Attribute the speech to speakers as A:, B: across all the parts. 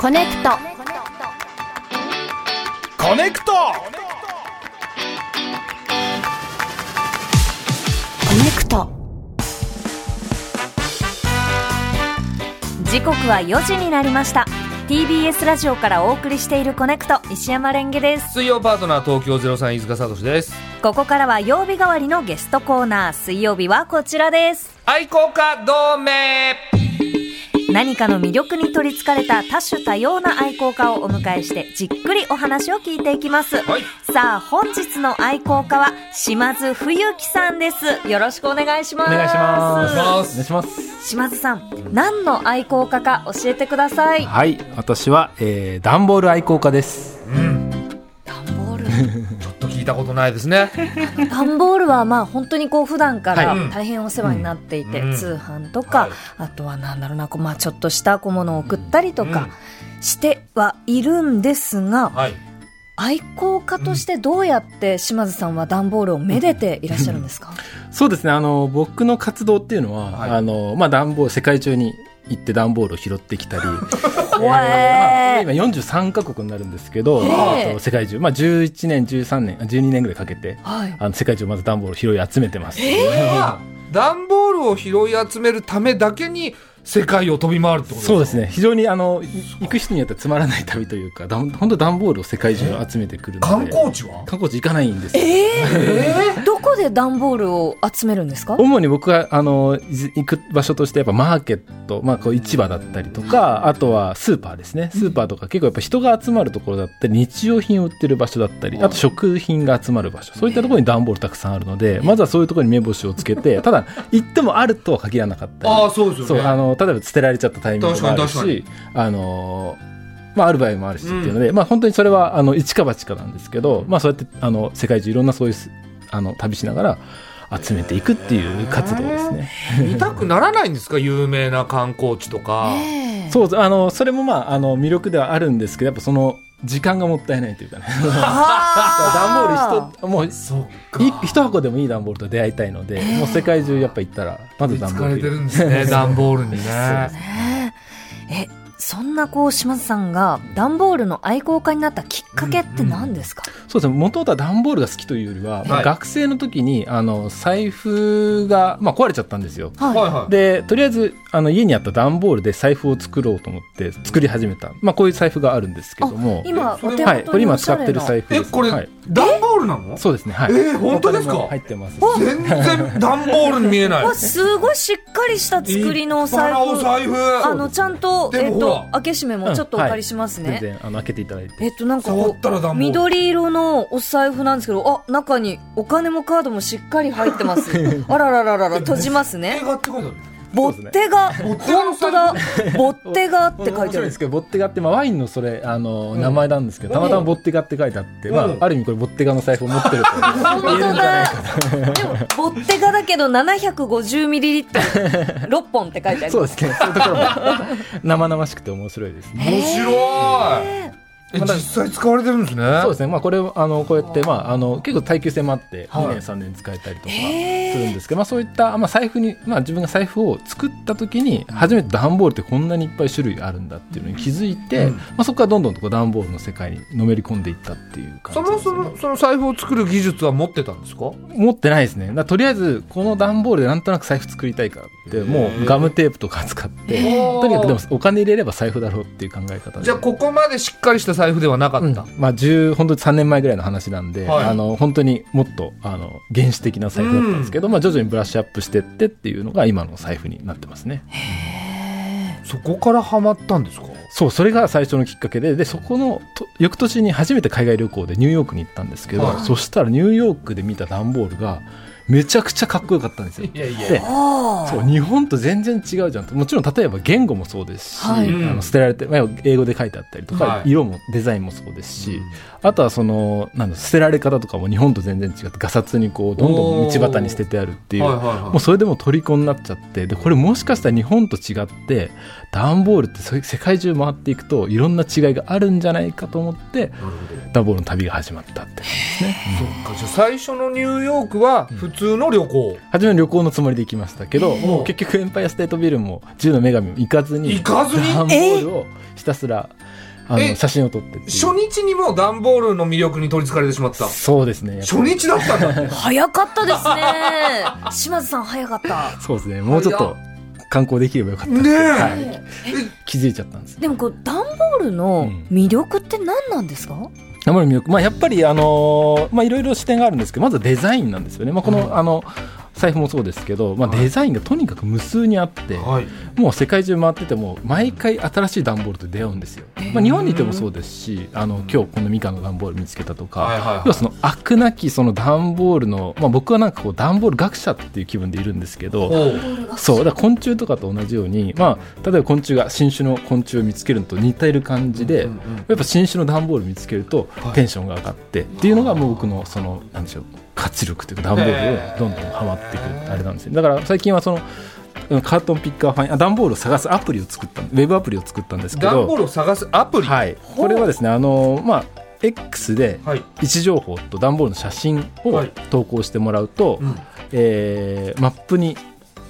A: コネクト
B: コネクト
A: コネクト
C: 時刻は4時になりました TBS ラジオからお送りしているコネクト石山レンゲです
B: 水曜パートナー東京03飯塚聡です
C: ここからは曜日代わりのゲストコーナー水曜日はこちらです
B: 愛好家同盟
C: 何かの魅力に取りつかれた多種多様な愛好家をお迎えしてじっくりお話を聞いていきます、
B: はい
C: さあ本日の愛好家は島津冬樹さんですよろしくお願いします
D: お願いしま
B: ま
D: す。
B: す
D: お願いします。
C: 島津さん何の愛好家か教えてください
D: はい、私は、えー、段ボール愛好家です。
C: 段ボール
B: ちょっと聞いたことないですね
C: 段ボールはまあ本当にこう普段から
B: はい
C: 大変お世話になっていて、
B: うん
C: 通販とか、
B: うん
C: あとはなんだろうなこうまあちょっとした小物を送ったりとかしてはいるんですが、
B: はい
C: 愛好家としてどうやって島津さんは段ボールをめでていらっしゃるんですか、
D: そうですね、あの、僕の活動っていうのは、
B: はい
D: あの、まあ、段ボール、世界中に行って段ボールを拾って きたり、
C: おえ
D: 今43カ国になるんですけど、
C: へー
D: あと世界中、まあ、11年、13年、あ12年ぐらいかけて、
C: はい、
D: あの、世界中まず段ボールを拾い集めてます。
B: 段ボールを拾い集めるためだけに世界を飛び回るってこと
D: そうですね、非常に、あの、い行く人によってはつまらない旅というか、だん本当段ボールを世界中集めてくるので。
B: 観光地は
D: 観光地行かないんですよ
C: どこで段ボールを集めるんですか
D: 主に僕があのいず行く場所としてやっぱマーケット、まあ、こう市場だったりとかあとはスーパーですねスーパーとか結構やっぱ人が集まるところだったり日用品を売ってる場所だったりあと食品が集まる場所そういったところに段ボールたくさんあるのでまずはそういうところに目星をつけてただ行ってもあるとは限らなかったり
B: ああそうです
D: そ
B: よ
D: うあ
B: ね
D: の例えば捨てられちゃったタイミングもある
B: 確かに
D: しあのまあ、ある場合もあるしっていうので、まあ、本当にそれはあの一か八かなんですけど、まあ、そうやってあの世界中いろんなそういうすあの旅しながら集めていくっていう活動ですね。
B: 見たくならないんですか有名な観光地とか、
C: ええ
D: そうあのそれもまああの魅力ではあるんですけどやっぱその時間がもったいないというかね段ボ
C: あー
D: ール一もうい
B: そっ
D: 一箱でもいい段ボールと出会いたいので、もう世界中やっぱ行ったらまず段ボ
B: 疲
D: ー
B: れ
D: ル
B: てるんですね段ボールに ね
C: ねええそんなこう島津さんが段ボールの愛好家になったきっかけって何ですか、
D: そうですね元々は段ボールが好きというよりは、まあ
B: はい
D: 学生の時にあの財布が、まあ、壊れちゃったんですよ。
B: はい
C: はい
B: はい
D: でとりあえずあの家にあった段ボールで財布を作ろうと思って作り始めた、まあ、こういう財布があるんですけども
C: 今お手元に
B: それ
D: はい、これ今使ってる
C: おしゃれ
D: 財布
B: え
D: です
B: これ、
D: はい、
B: 段ボールなの
D: そうですねはい
B: えー本当ですか
D: お金も入ってます
B: 全然段ボールに見え ない
C: なわすごいしっかりした作りのお財
B: 立
C: 布
B: 派なお財布
C: あのちゃんと、
B: でも
C: えっ
B: ほ
C: と
B: ら、
C: 開け閉めもちょっとお借りしますね、
D: 全然あの開けていただいて
C: えっとなんか
B: 触
C: こ
B: ったら段
C: う
B: ボール
C: 緑色のお財布なんですけどあ中にお金もカードもしっかり入ってますあららららら閉じます
B: 映
C: ね
B: 画って書いてある
C: ボッテが
B: ボッテガの
C: 本
B: 財
C: 当
B: 布
C: だボッテガって書い
D: 面
C: てあ
D: 白いん
C: る
D: ですけどボッテガって、まあ、ワインのそれあの、名前なんですけどたまたまボッテガって書いてあって、ま
B: う
D: あ、
B: ん
D: ある意味これボッテガの財布を持って ると
C: 本当だでもボッテガだけど 750ml6 本って書いてある
D: そうですねそういうところ も生々しくて面白いですね
B: 面白いえ
D: まだ
B: 実際使われてるんですね
D: そうですね、まあ、これをあのこうやって、まあ、あの結構耐久性もあって
B: はい
D: 2年3年使えたりとかするんですけど、まあ、そういった、まあ、財布に、まあ、自分が財布を作った時に初めて段ボールってこんなにいっぱい種類あるんだっていうのに気づいて、
B: うん
D: まあ、そこからどんどんとこう段ボールの世界にのめり込んでいったっていう
B: そ
D: 感じで
B: もそ
D: す、ね、
B: もその財布を作る技術は持ってたんですか
D: 持ってないですねだからとりあえずこの段ボールでなんとなく財布作りたいからってもうガムテープとか使ってとにかくでもお金入れれば財布だろうっていう考え方で
B: じゃあここまでしっかりした財布ではなかった、
D: うんまあ、10本当に3年前ぐらいの話なんで、
B: はい
D: あの本当にもっとあの原始的な財布だったんですけど、まあ、徐々にブラッシュアップしてってっていうのが今の財布になってますね
B: そこからハマったんですか
D: そうそれが最初のきっかけででそこのと翌年に初めて海外旅行でニューヨークに行ったんですけど、
B: はい
D: そしたらニューヨークで見た段ボールがめちゃくちゃかっこよかったんですよ
B: いやいや
D: でそう日本と全然違うじゃんともちろん例えば言語もそうですし、
C: はい
D: あ
B: うん
D: の捨てられてまあ英語で書いてあったりとか、
B: はい
D: 色もデザインもそうですし、
B: うん
D: あとはそのなんだ捨てられ方とかも日本と全然違ってガサツにこうどんどん道端に捨ててあるっていう、
B: はいはいはい
D: もうそれでも虜になっちゃってでこれもしかしたら日本と違って段ボールってそういう世界中回っていくといろんな違いがあるんじゃないかと思って
B: なるほど
D: 段ボールの旅が始まったって
B: そっかじゃあ最初のニューヨークは普通の旅行、
D: 初めは旅行のつもりで行きましたけど、
B: えー
D: もう結局エンパイアステートビルも自由の女神も行かずに
B: 行かずに
D: 段ボールをひたすらあ
B: え
D: の写真を撮ってっていう
B: 初日にもう段ボールの魅力に取りつかれてしまった
D: そうですねやっぱ
B: 初日だったんだね
C: 早かったですね島津さん早かった
D: そうですねもうちょっと観光できればよかった
B: ねえ、
D: はい
B: え
D: 気づいちゃったんです
C: でもこう段ボールの魅力って何なんですか、
D: 生の魅力、まあ、やっぱりあのーまあいろいろ視点があるんですけどまずはデザインなんですよね、まあ、この,、あの財布もそうですけど、まあ、
B: はい
D: デザインがとにかく無数にあって、
B: はい、
D: もう世界中回ってても毎回新しい段ボールと出会うんですよ、まあ、日本にいてもそうですしあの今日このみかんの段ボール見つけたとか、
B: はいはいはい
D: 要はその飽くなきその段ボールの、まあ、僕はなんかこう段ボール学者っていう気分でいるんですけど、
B: おう
D: そうだから昆虫とかと同じように、まあ、例えば昆虫が新種の昆虫を見つけるのと似ている感じで、
B: うんうん
D: やっぱ新種の段ボール見つけると
B: はい
D: テンションが上がって、っていうのがもう僕のそのなんでしょう活力というか段ボールをどんどんハマってい
B: へー
D: くあれなんですよだから最近はそのうんカートンピッカーファインあ段ボールを探すアプリを作ったウェブアプリを作ったんですけど
B: 段ボールを探すアプリ
D: はい、これはですねあのまあ X で
B: はい、
D: 位置情報と段ボールの写真を
B: はい
D: 投稿してもらうと、
B: うん
D: えーマップに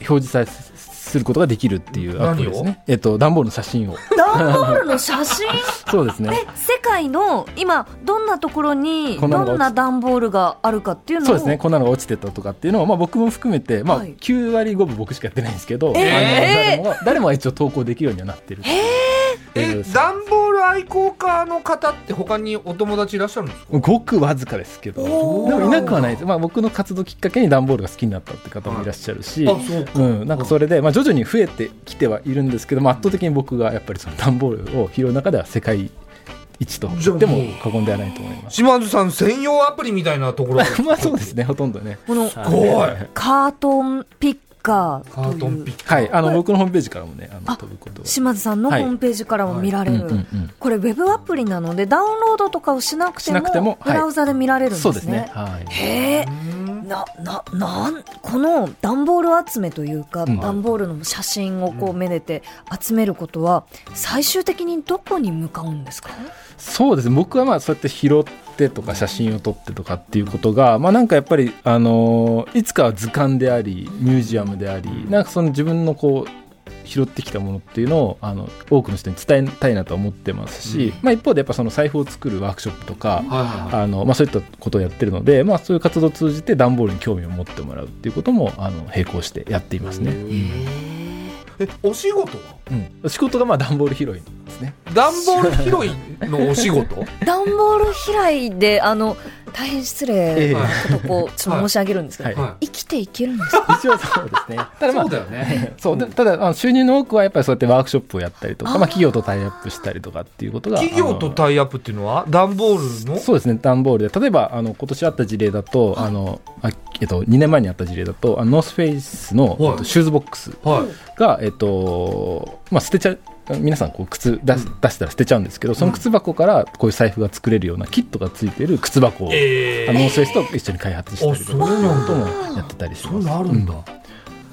D: 表示さすることができるっていうアプリです
B: 何
D: ね。えっ、と段ボールの写 真を
C: 段ボールの写 真
D: そうですね。
C: え世界の今どんなところに
D: こんなのが
C: どんな段ボールがあるかっていうのを
D: そうですねこんなのが落ちてたとかっていうのを、まあ、僕も含めて、まあ、
C: はい
D: 9割5分僕しかやってないんですけど、
C: えー
D: あの誰もが誰もが一応投稿できるようにはなってるっていう
B: え段ボール愛好家の方って他にお友達いらっしゃるんですか
D: ごくわずかですけどで
B: おー
D: もいなくはないです、まあ、僕の活動きっかけに段ボールが好きになったって方もいらっしゃるし、
B: あそう
D: うん、なんかそれで、まあ、徐々に増えてきてはいるんですけど、まあ、圧倒的に僕がやっぱりその段ボールを拾う中では世界一と
B: じゃあ
D: 言っても過言ではないと思います。
B: 島津さん専用アプリみたいなところ
D: まあ そうですねほとんどね。
C: この
D: さ
B: す
D: あ
B: ごい
C: カートンピッカー
B: カ
C: という
B: ートンピック
D: はいあ
C: こ
D: の
C: れ
D: 僕のホームページからもねあ
C: あ
D: の飛ぶことを
C: 島津さんのホ
D: はい
C: ームページからも見られ
D: うん
C: る、
D: うんうん
C: これウェブアプリなのでダウンロードとかをしなくて
D: しな
C: も
D: くても
C: ブ
D: はい
C: ラウザで見られるんです
D: そ
C: ね,、
D: うですね。はい。
C: へえなななんこの段ボール集めというか、
D: うん
C: 段ボールの写真をこうめでて集めることは最終的にどこに向かうんですか、
D: そうですね僕はまあそうやって拾ってとか写真を撮ってとかっていうことが、まあ、なんかやっぱり、あのーいつかは図鑑でありミュージアムでありなんかその自分のこう拾ってきたものっていうのをあの多くの人に伝えたいなとは思ってますし、まあ、一方でやっぱその財布を作るワークショップとか、
B: はいはいはい
D: あのまあ、そういったことをやってるので、まあ、そういう活動を通じて段ボールに興味を持ってもらうっていうこともあの並行してやっていますね、
B: えお仕事は
D: うん、仕事がまあ段ボール拾いですね
B: 段ボール拾いのお仕 事
C: 段ボール飛来であの大変失礼なことをこうちょっと申し上げるんですけど、
D: はい
B: は
C: 生きていけるんですか
D: 一応そうですね ただ
B: い
D: まあ
B: そうだよね
D: そうでただあの収入の多くはやっぱりそうやってワークショップをやったりとか
C: あー
D: まあ、企業とタイアップしたりとかっていうことが
B: 企業とタイアップっていうのは段ボール
D: あ
B: の
D: のそうですね段ボールで例えばあの今年あった事例だとあのあ、えっと、2年前にあった事例だとあのノースフェイスの、
B: はい
D: えっとシューズボックス
B: はい
D: が、えっとまあ、捨てちゃう皆さんこう靴出す出したら捨てちゃうんですけどその靴箱からこういう財布が作れるようなキットがついてる靴箱を、
B: え
D: あのノースフェイスと一緒に開発したりとか
B: あそうなんだ
D: こともやってたりし
B: そ
D: ま
B: う
D: す
B: なるんだ、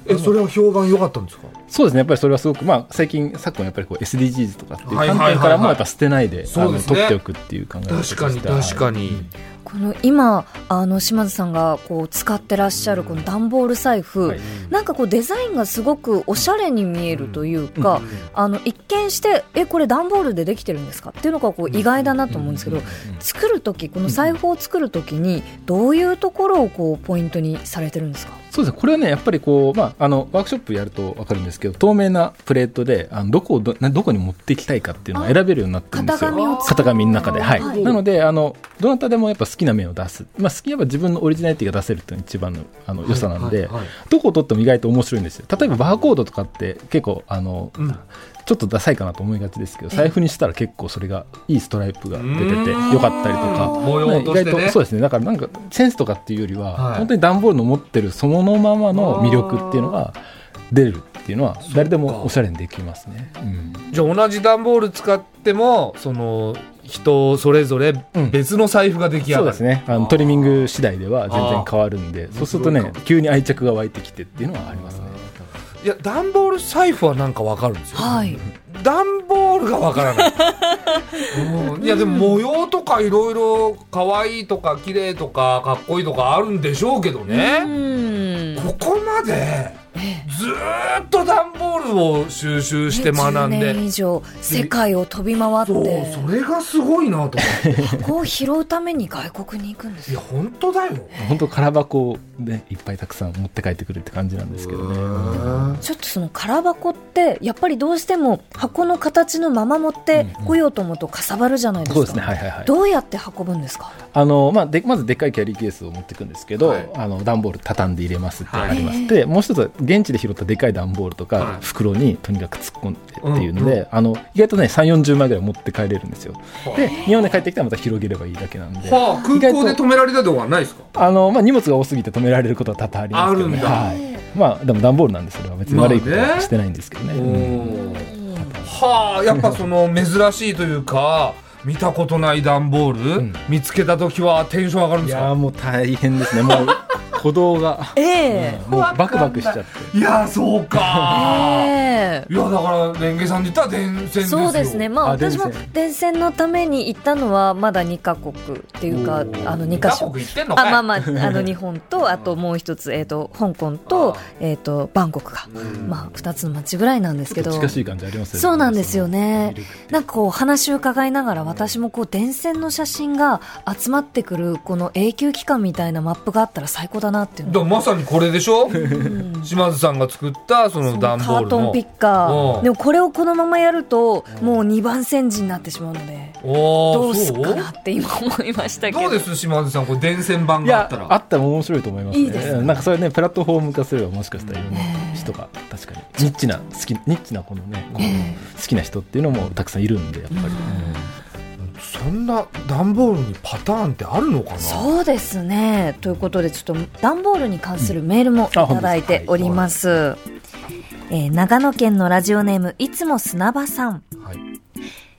B: えそれは評判良かったんですか
D: そうですねやっぱりそれはすごく、まあ、最近昨今やっぱりこう SDGs とかっていう
B: はい
D: 観
B: はいはいはい
D: 点からもやっぱ捨てないで,、
B: そうですね
D: あの取っておくっていう考え方とし
B: 確
D: て
B: かに確かに、
C: この今あの島津さんがこう使ってらっしゃるこの段ボール財布、
D: はい
C: なんかこうデザインがすごくおしゃれに見えるというか、あの一見してえこれ段ボールでできてるんですかっていうのがこう意外だなと思うんですけど、作る時この財布を作る時にどういうところをこうポイントにされてるんですか
D: そうですねこれはねやっぱりこう、まあ、あのワークショップやると分かるんですけど透明なプレートであのどこをどなどこに持っていきたいかっていうのを選べるようになってるんです
C: 型
D: よ
C: 紙を作
D: 型紙の中で、はい
C: はい
D: なのであのどなたでもやっぱ好きな面を出す、まあ、好きやっぱ自分のオリジナリティが出せるっていうのが一番のあの良さなんで、
B: はいはいはい
D: どこを取っても意外と面白いんですよ例えばバーコードとかって結構あの、
B: うん
D: ちょっとダサいかなと思いがちですけど財布にしたら結構それがいいストライプが出てて
B: うん
D: よかったりとか。
B: 模様
D: ね
B: を
D: 意
B: 落とし
D: 外
B: てね
D: とそうですねだからなんかセンスとかっていうよりは、
B: はい
D: 本当に段ボールの持ってるそのままの魅力っていうのが出るっていうのは誰でもおしゃれにできますね。うん
B: じゃあ同じ段ボール使ってもその人それぞれ
D: うん
B: 別の財布が出来上が
D: そ
B: る、
D: うですねあのトリミング次第では全然変わるんでそうすると
B: 面白い
D: ね
B: か
D: 急に愛着が湧いてきてっていうのはありますね
B: いや段ボール財布はなんかわかるんですよ
C: はい
B: 段ボールがわからないうんいやでも模様とかいろいろ可愛いとか綺麗とかかっこいいとかあるんでしょうけど
C: う
B: ね
C: ん
B: ここまでずーっと段ボールを収集して学ん
C: ね
B: で、
C: 10年以上世界を飛び回っ
B: そう
C: て
B: それがすごいなと思って
C: 箱を拾うために外国に行くんです
B: いや
C: よ
B: 本当だよ
D: 本当空箱をねいっぱいたくさん持って帰ってくるって感じなんですけどね
B: うん
C: ちょっとその空箱ってやっぱりどうしても箱の形のまま持ってこようと思うとかさばるじゃないですか、
D: そうですねはいはいはい
C: どうやって運ぶんですか
D: あの、まあ、でまずでっかいキャリーケースを持っていくんですけど、
B: はい
D: あの段ボール畳んで入れますってあります、
C: はい
D: でもう一つは現地で拾ったでっかい段ボールと
B: は
D: か
B: い
D: 袋にとにかく突っ込んでっていうので、
B: うんう
D: あの意外とね3 4 0枚ぐらい持って帰れるんですよ
B: はい
D: で日本に帰ってきたらまた広げればいいだけなんで
B: はあ、空港で止められたとこはないですか
D: あの、まあ、荷物が多すぎて止められることは多々ありますけど、ね
B: あるんだ
D: はいまあ、でも段ボールなんでそれは別に悪いこと
B: まあ
D: は
B: ね
D: してないんですけどね,
B: お
D: うん、
B: ーはあやっぱその珍しいというか見たことない段ボール、
D: うん
B: 見つけた時はテンション上がるん
D: い
B: です
D: やー
B: か
D: もう大変 ですねもう鼓動が、
C: え
D: う
C: え
D: んもうバクバクしちゃって
B: いやーそうか
C: ええ
B: ーいやだからレンゲさんで言ったら電線ですよ
C: そうですねまあ
D: あ
C: 私も
D: 電線
C: 電線のために行ったのはまだ2カ国っていうかあ
B: おー
C: の2カ
B: 韓
C: 所
B: 国行ってんの
C: あ
B: かい
C: まあまああの日本とあともう一つ、えー、と香港
B: あ
C: と
B: ー,、
C: えー、とバンコクが、
B: うん
C: まあ、2つの街ぐらいなんですけど
D: 近しい感じありますよね
C: そうなんですよね
D: その魅力って
C: なんかこう話を伺いながら私もこう電線の写真が集まってくるこの永久期間みたいなマップがあったら最高だなっていうの
B: だからまさにこれで しょ
C: うん
B: 島津さんが作ったその段ボ
C: カ
B: ー
C: ー
B: ル
C: トン
B: の
C: ピッカ
B: う
C: ー
B: ん
C: でもこれをこのままやるともう2番煎じになってしまうので
B: おー
C: どうすっか
B: そ
C: なって今思いましたけど
B: どうです島津さんこれ電線版
D: い
B: があ
D: や
B: ったら
D: あったら面白いと思いますね
C: いいですね
D: うんなんかそれねプラットフォーム化すればもしかしたらいろんな人が確かにニッチな好きニッチなこのねこの好きな人っていうのもたくさんいるんでやっぱり、
C: うん
B: そんな段ボールにパターンってあるのかな
C: そうですねということでちょっと段ボールに関するメールもいただいております、えー長野県のラジオネームいつも砂場さん
B: はい、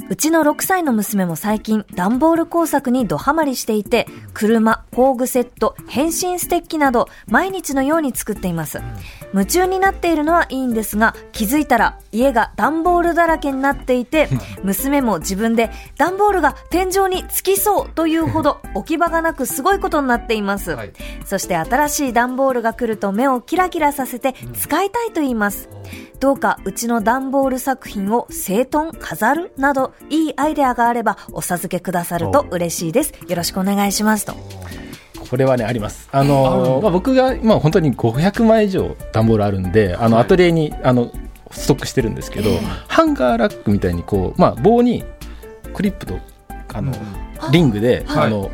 C: うちの6歳の娘も最近、段ボール工作にドハマりしていて、車、工具セット、変身ステッキなど、毎日のように作っています。夢中になっているのはいいんですが、気づいたら家が段ボールだらけになってい て、娘も自分で段ボールが天井につきそうというほど置き場がなくすごいことになっています。
B: はい
C: そして新しい段ボールが来ると目をキラキラさせて使いたいと言います。どうかうちの段ボール作品を整頓、飾るなどいいアイデアがあればお授けくださると嬉しいです。よろしくお願いしますと。
D: これはねありますあのーまあ、僕が今本当に500枚以上段ボールあるんであの
B: はい
D: アトリエにあのストックしてるんですけど、ハンガーラックみたいにこう、まあ、棒にクリップとあの、リングで、
B: はい
D: あの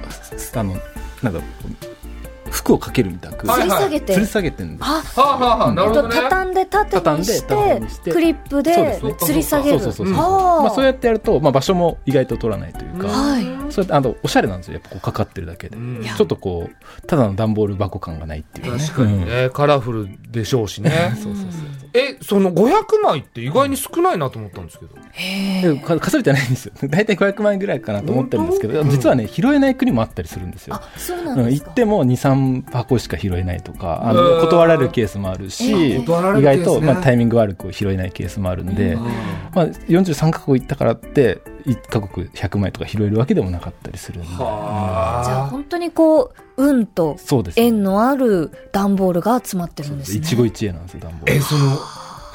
D: あのなんかこう服をかけるみたく
B: はい
C: 吊り下げて、
D: 吊り下げてるんです
C: あ、
B: はあ、はあはあ、な
C: え
B: る
C: っと
B: ほどね
C: 畳んで縦にし
D: 畳んで
C: て
D: 畳にして
C: クリップ
D: そう
C: で
D: ですね
C: 吊り下げる。
D: そうそうそう
B: そう
C: あー
D: まあ、そうやってやると、まあ、場所も意外と取らないというか、
C: はい。
D: そうやってあのおしゃれなんですよやっぱこうかかってるだけで、
B: うん
D: ちょっとこうただの段ボール箱感がないっていうね
B: 確かにね、カラフルでしょうし ね
D: そうそうそう
B: えその500枚って意外に少ないなと思ったんですけど、
D: でか数えてないんですよ 大体500万円ぐらいかなと思ってるんですけど
B: 本当
D: 実はね拾えない国もあったりするんですよ
C: あ、そうな
D: うんん
C: です
D: 行
C: か。
D: っても23箱しか拾えないとかあ
B: う
D: の
B: ん
D: 断られるケースもあるし
B: 断られ
D: 意
B: るケース
D: 外
B: ね
D: と、まあ、タイミング悪く拾えないケースもあるんで、まあ、43カ国行ったからって1カ国100枚とか拾えるわけでもなかったりするんで
C: じゃあ
B: はあ
C: 本当にこう運と
D: そうですね
C: 縁のある段ボールが集まってるんですね。
D: 一期一会なんですよ段ボー
B: え
D: ル
B: その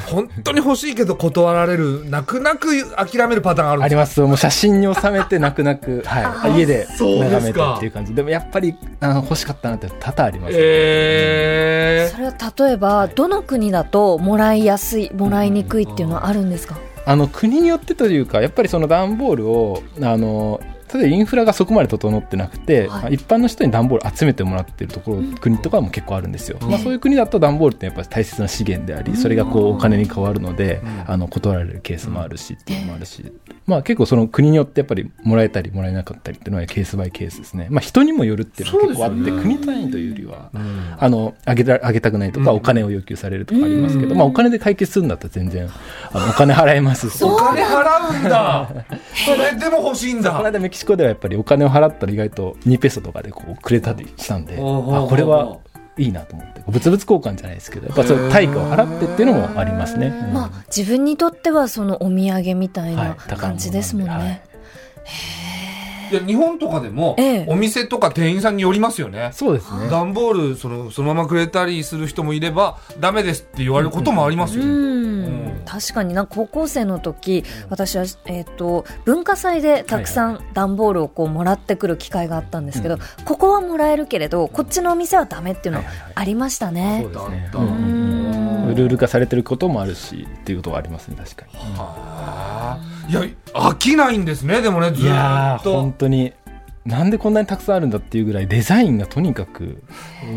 B: 本当に欲しいけど断られる泣く泣く諦めるパターンあるん
D: あ
B: です
D: りますもう写真に収めて泣く 泣く、はい、家で
B: そうですか
D: 眺めてっていう感じでもやっぱりあの欲しかったなって多々あります、ね
B: え
C: それは例えばどの国だともらいやすいもらいにくいっていうのはあるんですか、
D: あの国によってというかやっぱりその段ボールをあの例えばインフラがそこまで整ってなく
C: は
D: て、
C: い
D: まあ一般の人に段ボール集めてもらってるところ、国とかも結構あるんですよ、
B: うん
D: まあ、そういう国だと段ボールってやっぱり大切な資源でありそれがこうお金に変わるので、
B: うん
D: あの断られるケースもあるしっていうのもあるし、まあ、結構その国によってやっぱりもらえたりもらえなかったりっていうのはケースバイケースですね、まあ、人にもよるっていうのは結構あって、
B: そうですよね
D: 国単位というよりは。
B: ーうん
D: あのあげたあげたくないとか、
B: うん
D: お金を要求されるとかありますけど、
C: うん
D: まあ、お金で解決するんだったら全然あのお金払えますし
B: お金払うんだそれでも欲しいん
D: この
B: だ
D: 間メキシコではやっぱりお金を払ったら意外と2ペソとかでこうくれたりしたんであ
B: おうおうおう
D: これはいいなと思って物々交換じゃないですけどやっぱその対価を払ってっていうのもありますね。うん
C: まあ自分にとってはそのお土産みたい
D: は
C: ない
D: 宝物なんで
C: 感じですもんね、
D: はい
B: いや日本とかでも、
C: ええ
B: お店とか店員さんによりますよね
D: そうですね
B: 段ボールそのそのままくれたりする人もいればダメですって言われることもありますよ、
C: う
B: ね
C: ん、
B: うん
C: 確かになんか高校生の時私は、えっと文化祭でたくさ
D: はい
C: ん段ボールをこうもらってくる機会があったんですけど、ここはもらえるけれどこっちのお店はダメっていうの
D: はいはいはい
C: ありましたね。
D: そうです
B: だ
D: ね
B: っ。た
D: うんん
B: だ
D: うんうんルール化されてることもあるしっていうことはありますね確かに。
B: はあいや飽きないんですねでもねず
D: いや
B: ーっ
D: ー
B: と
D: 本当になんでこんなにたくさんあるんだっていうぐらいデザインがとにかく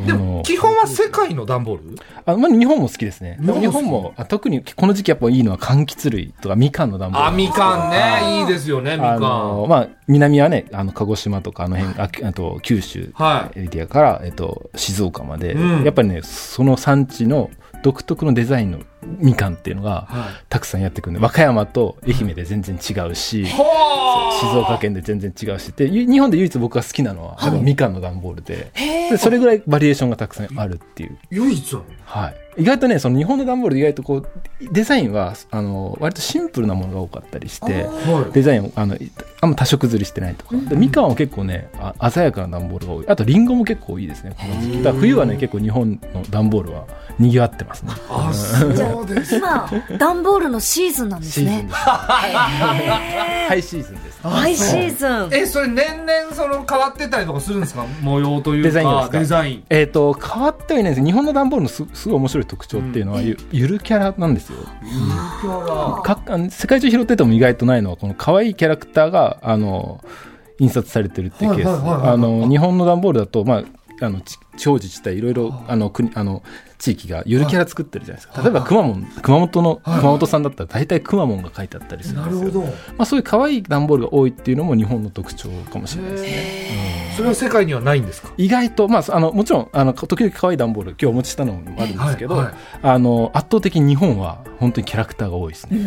B: で
D: う
B: も
D: ん
B: 基本は世界の段ボール
D: あまあ日本も好きですね
B: 日本も好き
D: 日本もあ特にこの時期やっぱいいのは柑橘類とかみかんの段ボール
B: あみかんねいいですよねみか
D: あ
B: ん
D: のまあ南はねあの鹿児島とかあの辺あきあと九州
B: はい
D: エリアから、えっと、静岡まで、
B: うん
D: やっぱりねその産地の独特のデザインのみかんっていうのが
B: は
D: たくさんやってくるんで和歌山と愛媛で全然違うし
B: い
D: 静
B: はあ
D: 岡県で全然違うしでゆ日本で唯一僕が好きなのは、やっぱみかんの段ボールで
C: へ
D: でそれぐらいバリエーションがたくさんあるっていう、
B: 唯一なの
D: はい、意外とねその日本の段ボール意外とこうデザインはあの割とシンプルなものが多かったりして。
B: はい
D: デザインをあのいあんま多色ずりしてないとか、でみかんは結構ねあ鮮やかな段ボールが多いあとりんごも結構いいですねこの時期だから冬はね結構日本の段ボールはにぎわってますね
B: あそうです
C: 今段ボールのシーズンなんです
D: シーズン
C: ね
D: です ハイシーズンです
C: ハイシーズン
B: えそれ年々その変わってたりとかするんですか模様というか
D: デザインがですか
B: デザイン
D: えっ、と変わってはいないんです日本の段ボールのすすごい面白い特徴っていうのは、ゆゆるキャラなんですよかあの世界中拾ってても意外とないのはこの可愛いキャラクターがあの印刷されてるっていうケース、
B: はいはいはいはい
D: あの日本の段ボールだと、まあ、あのち地方自治体いろいろあの国あの地域がゆるキャラ作ってるじゃないですか例えば熊本熊本の熊本さんだったら大体くまモンが書いてあったりするん
B: な
D: です
B: る
D: よ
B: ほど
D: まあ、そういう可愛い段ボールが多いっていうのも日本の特徴かもしれないですね。
B: それは世界にはないんですか
D: 意外と、まあ、あのもちろんあの時々可愛い段ボール今日お持ちしたのもあるんですけど、
B: はいはい
D: あの圧倒的に日本は本当にキャラクターが多いですね。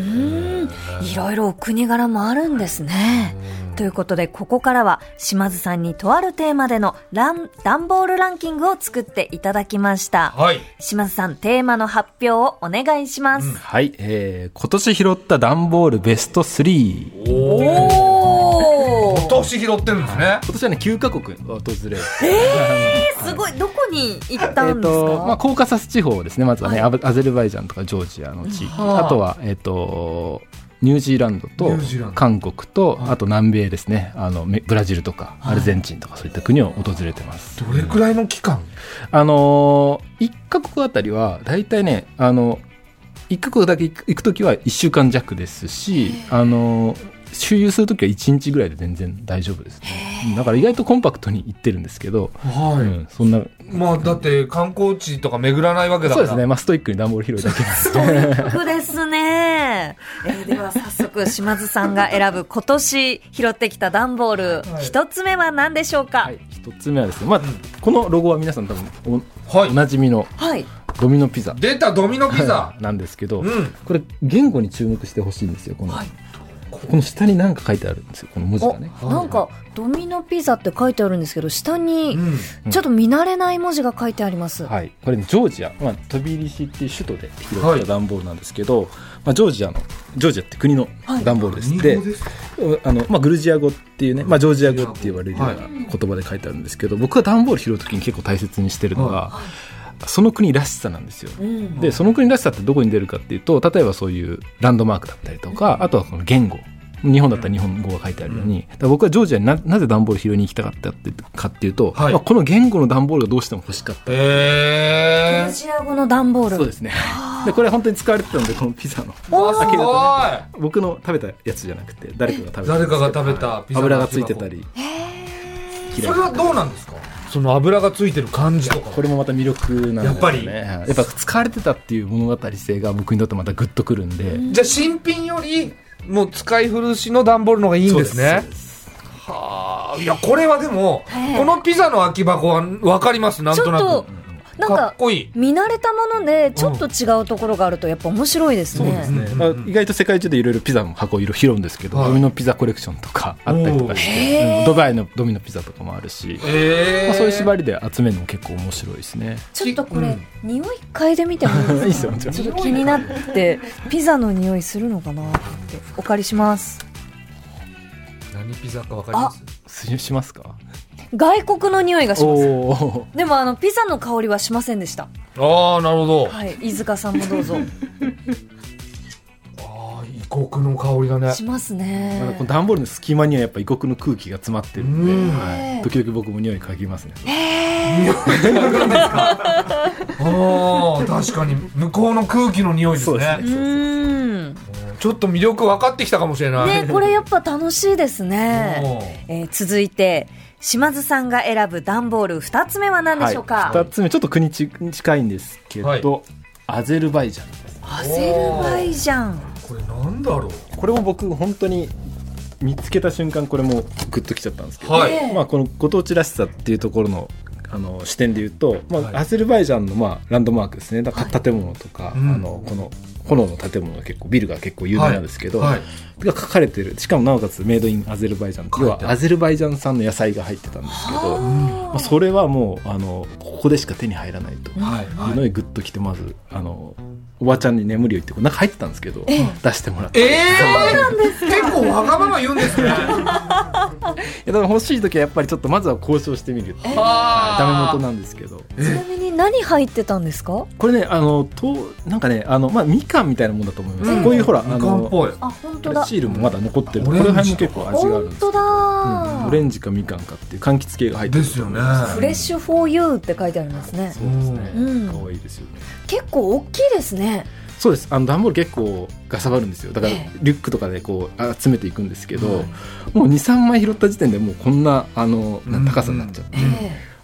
C: いろいろお国柄もあるんですね。ということで、ここからは島津さんにとあるテーマでのラン、段ボールランキングを作っていただきました。
B: はい
C: 島津さん、テーマの発表をお願いします。
D: はい、えー今年拾った段ボールベスト3今
B: おー
C: おー
B: 年拾ってるんですね
D: 年はね9カ国を訪れて、
C: すごい、どこに行った
D: えっ
C: んですか、
D: とまあ、コーカサス地方ですねまずはね、アゼルバイジャンとかジョージアの地域、あ、とは、えっとニュージーランドと
B: ニュージーランド
D: 韓国とあと南米ですねあのめブラジルとかアルゼンチンとかそういった国を訪れてます、
B: どれくらいの期間
D: あのー、1カ国あたりは大体ねあの1カ国だけ行く行く時は1週間弱ですし、あのー周遊するときは1日ぐらいで全然大丈夫ですねうんだから意外とコンパクトに行ってるんですけど、う
B: は
D: ん、そんな
B: まあだって観光地とか巡らないわけだか
D: そう
B: ら
D: ですね、まあ、ストイックに段ボール拾いだけなんです
C: そうですね。えーでは早速、島津さんが選ぶ今年拾ってきた段ボール、一、つ目は何でしょうか
D: はい、1つ目はですね、まあ、このロゴは皆さん多分お,、
B: はい
D: なじみの
C: はい。
D: ドミノピザ
B: 出たドミノピザ
D: なんですけど、
B: うん
D: これ言語に注目してほしいんですよこの,、この下に何か書いてあるんですよこの文字がね。
C: おなんかドミノピザって書いてあるんですけど下に
B: うん
C: ちょっと見慣れない文字が書いてあります、
D: はい、これねジョージア、まあ、飛び入り市っていう首都で拾
B: は
D: っ
B: い
D: た段ボールなんですけど、まあ、ジョージアのジョージアって国の
C: はい
D: 段ボールです、
B: 何語
D: で
B: ですか
D: あの、まあ、グルジア語っていうね、まあ、ジョージア語って言われるような
B: は
D: 言葉で書いてあるんですけど、僕が段ボール拾う時に結構大切にしてるのが、その国らしさなんですよ。
C: うん
D: でその国らしさってどこに出るかっていうと例えばそういうランドマークだったりとかあとはこの言語日本だったら日本語が書いてあるように、だから僕はジョージアにななぜ段ボール拾いに行きたかったってかっていうと、
B: はい
D: まあ、この言語の段ボールがどうしても欲しかった。
B: え
C: ロシア語の段ボール
D: そうですね。でこれ本当に使われてたのでこのピザの
B: ー、わす
D: けど
B: ご
D: 僕の食べたやつじゃなくて誰かが食べたんですけど
B: 誰かが食べたピザの
D: 油がついてたり
B: い
D: 嫌
B: そ
D: い
B: れはどうなんですかその油がついてる感じとか
D: これもまた魅力なんですよね
B: やっぱり
D: はいやっぱ使われてたっていう物語性が僕にとってまたグッとくるんで、
B: じゃあ新品よりもう使い古しの段ボールの方がいいんですね
D: そうです
B: はあいやこれはでも、
C: はい
B: このピザの空き箱は分かりますなん
C: ち
B: と
C: ょっ
B: なく
C: となん
B: かっ
C: か
B: こいい
C: 見慣れたものでちょっと違うところがあるとやっぱ面白いですね
D: ね
B: うん
D: まあ意外と世界中でいろいろピザの箱色拾うんですけど、
B: はい
D: ドミノピザコレクションとかあったりとかし
C: おー
D: て、うんドバイのドミノピザとかもあるし、
B: え
D: まあ、そういう縛
B: り
D: りで集めるのも結構面白いですね。
C: ちょっとこれ、
B: うん
C: 匂い嗅いでみてもいい
D: いい
C: で
D: っ
C: す
D: す
C: か
D: よもちろん
C: ちょっと気になってピザの匂いするのかなと思ってお借りします
B: 何ピザか分かります
D: ししますか
C: 外国の匂いがします
D: おお
C: でもあのピザの香りはしませんでした
B: ああなるほど、
C: はい飯塚さんもどうぞ
B: 国の香りだね
C: しますね
D: まだこの段ボールの隙間にはやっぱ異国の空気が詰まってるんで、
B: うん
D: はい、時々僕も匂い嗅ぎますね。
C: えー
B: あー確かに向こうの空気の匂いです
D: そう
B: ね
D: で
C: う
D: すね
C: ーん
B: ちょっと魅力分かってきたかもしれない、
C: ねこれやっぱ楽しいですね、
B: う
C: えー続いて島津さんが選ぶ段ボール2つ目は何でしょうか、
D: はい、2つ目ちょっと国ち近いんですけど、
B: はい
D: アゼルバイジャンです
C: アゼルバイジャン
B: んこれなんだろう
D: これも僕本当に見つけた瞬間これもグッときちゃったんですけど、
B: はい
C: ね
D: まあ、このご当地らしさっていうところのあの視点で言うと、まあ
B: はい
D: アゼルバイジャンの、まあ、ランドマークですねだから建物とか、
B: うん
D: あのこの炎の建物が結構ビルが結構有名なんですけど、
B: はい
D: が書かれてるしかもなおかつメイドインアゼルバイジャン
B: 書い
D: 要
B: てある
D: はアゼルバイジャン産の野菜が入ってたんですけど、
C: は
D: まあ、それはもうあのここでしか手に入らないと
B: はい
D: い
B: は
D: う
B: い
D: のにグッときてまずあのおばちゃんに眠りを言ってこう中入ってたんですけど
C: ええ
D: 出してもらってい
B: えー、結構わがまま言うんですね
D: やだから欲しい時はやっぱりちょっとまずは交渉してみるっていうはいダメ
B: あ
D: 元
B: ー
D: なんですけど
C: ちなみに何入ってたんですか
D: これねあのとなんかねあの、まあ、みかんみたいなもんだと思います、
B: ん
D: こういうほらあ
B: みかんっ
D: の
B: ぽい
C: あ本
D: こ
C: 当
D: れ
C: だ
D: シールもまだ残ってるこ
B: オ
D: れ
B: レンジ
D: も結構味がある
C: 本
D: んです
C: 当だ
D: うんオレンジかみかんかっていう柑橘系が入ってる
B: ですよね
C: フレッシュフォーユーって書いてありますね
D: そうですね
C: うん
D: 可愛いですよね
C: 結構大きいですね
D: そうですあの段ボール結構がさばるんですよだから
C: ええ
D: リュックとかでこう集めていくんですけど、
B: はい
D: もう23枚拾った時点でもうこんなあのな
B: うん
D: 高さになっちゃって、
C: え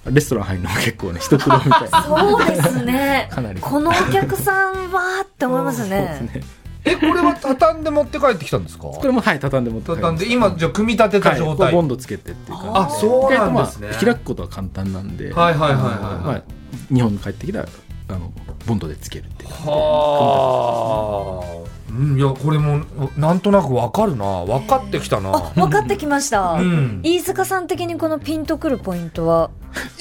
C: え
D: レストラン入るのも結構ね一苦労みたい な
C: そうですね
D: かなり
C: このお客さんはって思います
D: そうです
C: ね
D: ね
B: えこれは畳んで持って帰ってきたんですか
D: これもはい畳んで持って帰り
B: 畳ん
D: ます
B: で今じゃあ組み立てた
D: はい
B: 状
D: こう
B: 態、
D: ボンドつけてっていう感
B: あ
D: じ
B: そうなんですね
D: 意外とまあ開くことは簡単なんで、
B: はいはいはいはい
D: まあ、日本に帰ってきたらあのボンドでつけるっていう感じで
B: はあ、うん、いやこれもなんとなくわかるな分かってきたな
C: あ、分かってきました
B: うん、
C: 飯塚さん的にこのピンとくるポイントは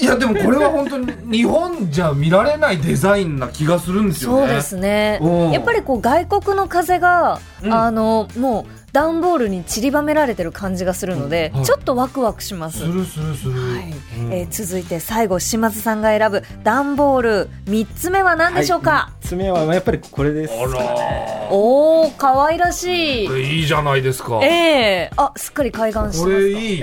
C: い
B: やでもこれは本当に日本じゃ見られないデザインな気がするんですよ
C: そ
B: ね
C: うですね
B: うん
C: やっぱりこう外国の風が
B: うん
C: あのもう段ボールに散りばめられてる感じがするので
B: うんはい
C: ちょっとワクワクしますす
B: るするする、
C: はい
B: うん
C: えー続いて最後島津さんが選ぶ段ボール3つ目は何でしょうか、
D: 爪はまあやっぱりこれです
B: あら
C: おお可愛らしい
B: これいいじゃないですか
C: ええあすっかり開眼して
B: こ
C: ま
B: れ
C: す
B: いい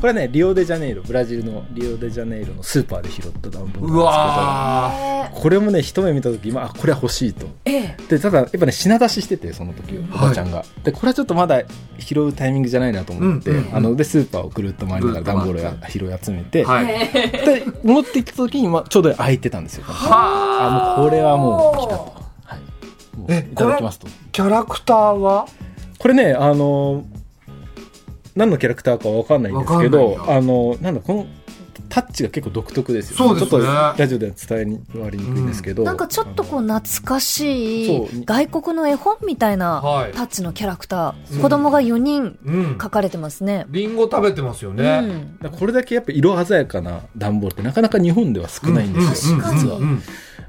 D: これねリオデジャネイロブラジルのリオデジャネイロのスーパーで拾った段ボールなんですけど
B: うわ
D: これもね一目見た時今あこれは欲しいと
C: ええ
D: でただやっぱね品出ししててその時
B: ん
D: おばちゃんが、でこれはちょっとまだ拾うタイミングじゃないなと思って、
B: うんうんうん
D: あのでスーパーをぐるっと回りながら
B: ぐるっと
D: 段ボ
B: 回
D: ー
B: って
D: ルをや拾い集めて、
B: ーはい
D: で持ってきた時に、ま、ちょうど空いてたんですよ
B: はあ
D: あもうこれはもうピカッと、はい、もう
B: え
D: いただきますと
B: キャラクターは
D: これねあのー何のキャラクターかわかんないんですけ
B: わ
D: ど
B: かんないんだ
D: あのーなんだこのタッチが結構独特ですよ
B: そうですね
D: ちょっとラジオでは伝えにわりにくいんですけど、
C: なんかちょっとこう懐かしい
D: そう
C: 外国の絵本みたいな
B: はい
C: タッチのキャラクタ
B: う
C: ー
B: ん
C: 子供が4人
B: うん
C: 描かれてますね
B: リンゴ食べてますよ
C: う
B: ね、
C: ん
D: だからこれだけやっぱ色鮮やかな段ボールってなかなか日本では少ないんですよ、
C: うんうんうん
D: 実は、
B: うんうん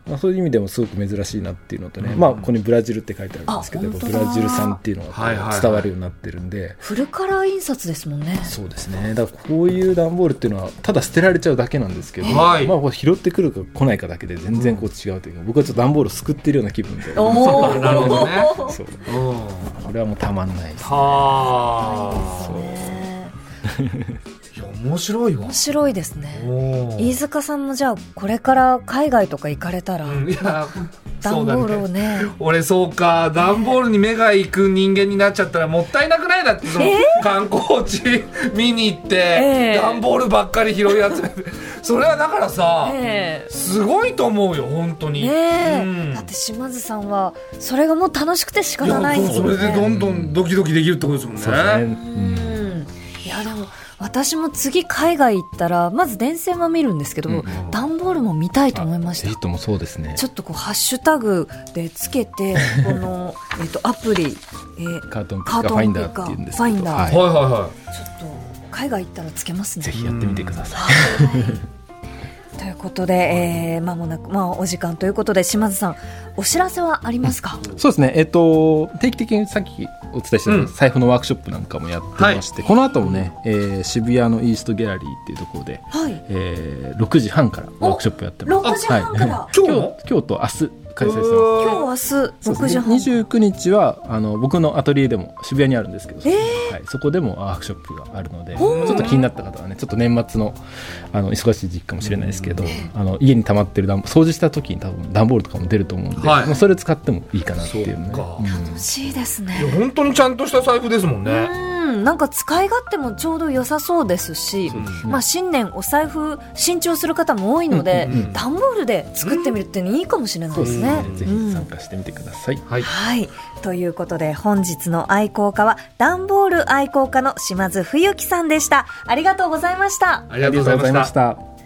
D: まあ、そういう意味でもすごく珍しいなっていうのとね、
B: うん
D: まあここにブラジルって書いてあるんですけど
C: あ
D: やっぱ
C: 本
D: ブ
C: 当だ
D: ラジル産っていうの
B: はいはい
D: が
B: はい
D: 伝わるようになってるんで、
C: フルカラー印刷ですもんね
D: そうですねだからこういう段ボールっていうのはただ捨てられちゃうだけなんですけど、
B: はい
D: まあ、こう拾ってくるか来ないかだけで全然こう違うというか、僕はちょっと段ボールを救ってるような気分で
C: おー
B: なるほどね
D: そう
B: うん
D: これはもうたまんないです
B: はあ
C: ね
B: いや面白いわ
C: 面白いですね
B: おー
C: 飯塚さんもじゃあこれから海外とか行かれたら
B: うんいやそ
C: 段ボ
B: うだ
C: ールを
B: ね
C: ね
B: 俺そうか段ボールに目が行く人間になっちゃったらもったいなくないだってその観光地 見に行って
C: ええ
B: 段ボールばっかり拾い集めてそれはだからさ
C: ええ
B: すごいと思うよ本当に
C: ねえ、
B: うん
C: だって島津さんはそれがもう楽しくて仕方ないんです
B: そ
C: もん
B: れ
C: ね
B: でどんどんドキドキできるってことですもんね
D: そうですね、う
C: うんんいやでも私も次海外行ったらまず電線は見るんですけど、
D: うん
C: 段ボールも見たいと思いました
D: ぜひともそうですね
C: ちょっとこうハッシュタグでつけ てこのえっとアプリ、えー
D: カートンピ
C: カ
D: ッ
C: ー
D: カー
C: ト
D: フ
C: ン
D: ァ
C: ピ
D: イ
C: ッ
D: ン
C: カー
D: ダーっていうんですけ
C: ファ
D: ど
C: インダー
D: はい
B: はいはいは
C: ちょっと海外行ったらつけますね
D: ぜひやってみてください、
C: ということで、えー、間もなく、まあ、お時間ということで島津さんお知らせはありますか、
D: そうですね、えっと、定期的にさっきお伝えしたように
B: うん
D: 財布のワークショップなんかもやってまして、この後もね、えー渋谷のイーストギャラリーっていうところで、
C: はい
D: えー6時半からワークショップやってます。
C: 6時半から、
D: はい
B: 今日
D: 今
B: も
D: 日今日と明日開催してます
C: 今日
B: は
C: 明日
D: そう
C: 6時半
D: ですね29日はあの僕のアトリエでも渋谷にあるんですけど、
C: え
D: はい、そこでもワークショップがあるのでち
C: ほ
D: ょ
C: う
D: っと気になった方はねちょっと年末のあの忙しい時期かもしれないですけど、あの家に溜まってる段掃除した時に多分段ボールとかも出ると思うんで、
B: はい
D: もうそれ使ってもいいかなって
B: そ
D: いううね
B: か、
C: 楽しいです
B: いや
C: ね
B: 本当にちゃんとした財布ですも
C: う
B: んね、
C: んなんか使い勝手もちょうど良さそうですし
B: そうです
C: まあ新年お財布新調する方も多いので
B: うんうんうん
C: 段ボールで作ってみるっていうのいいかもしれない
D: そう
C: で
D: です
C: す
D: ね
C: ねう
D: ぜひ
C: ん
D: 参加してみてください、
B: はい
C: はい。ということで、本日の愛好家は、段ボール愛好家の島津冬樹さんでした。ありがとうございました。
B: ありがとうございました
D: た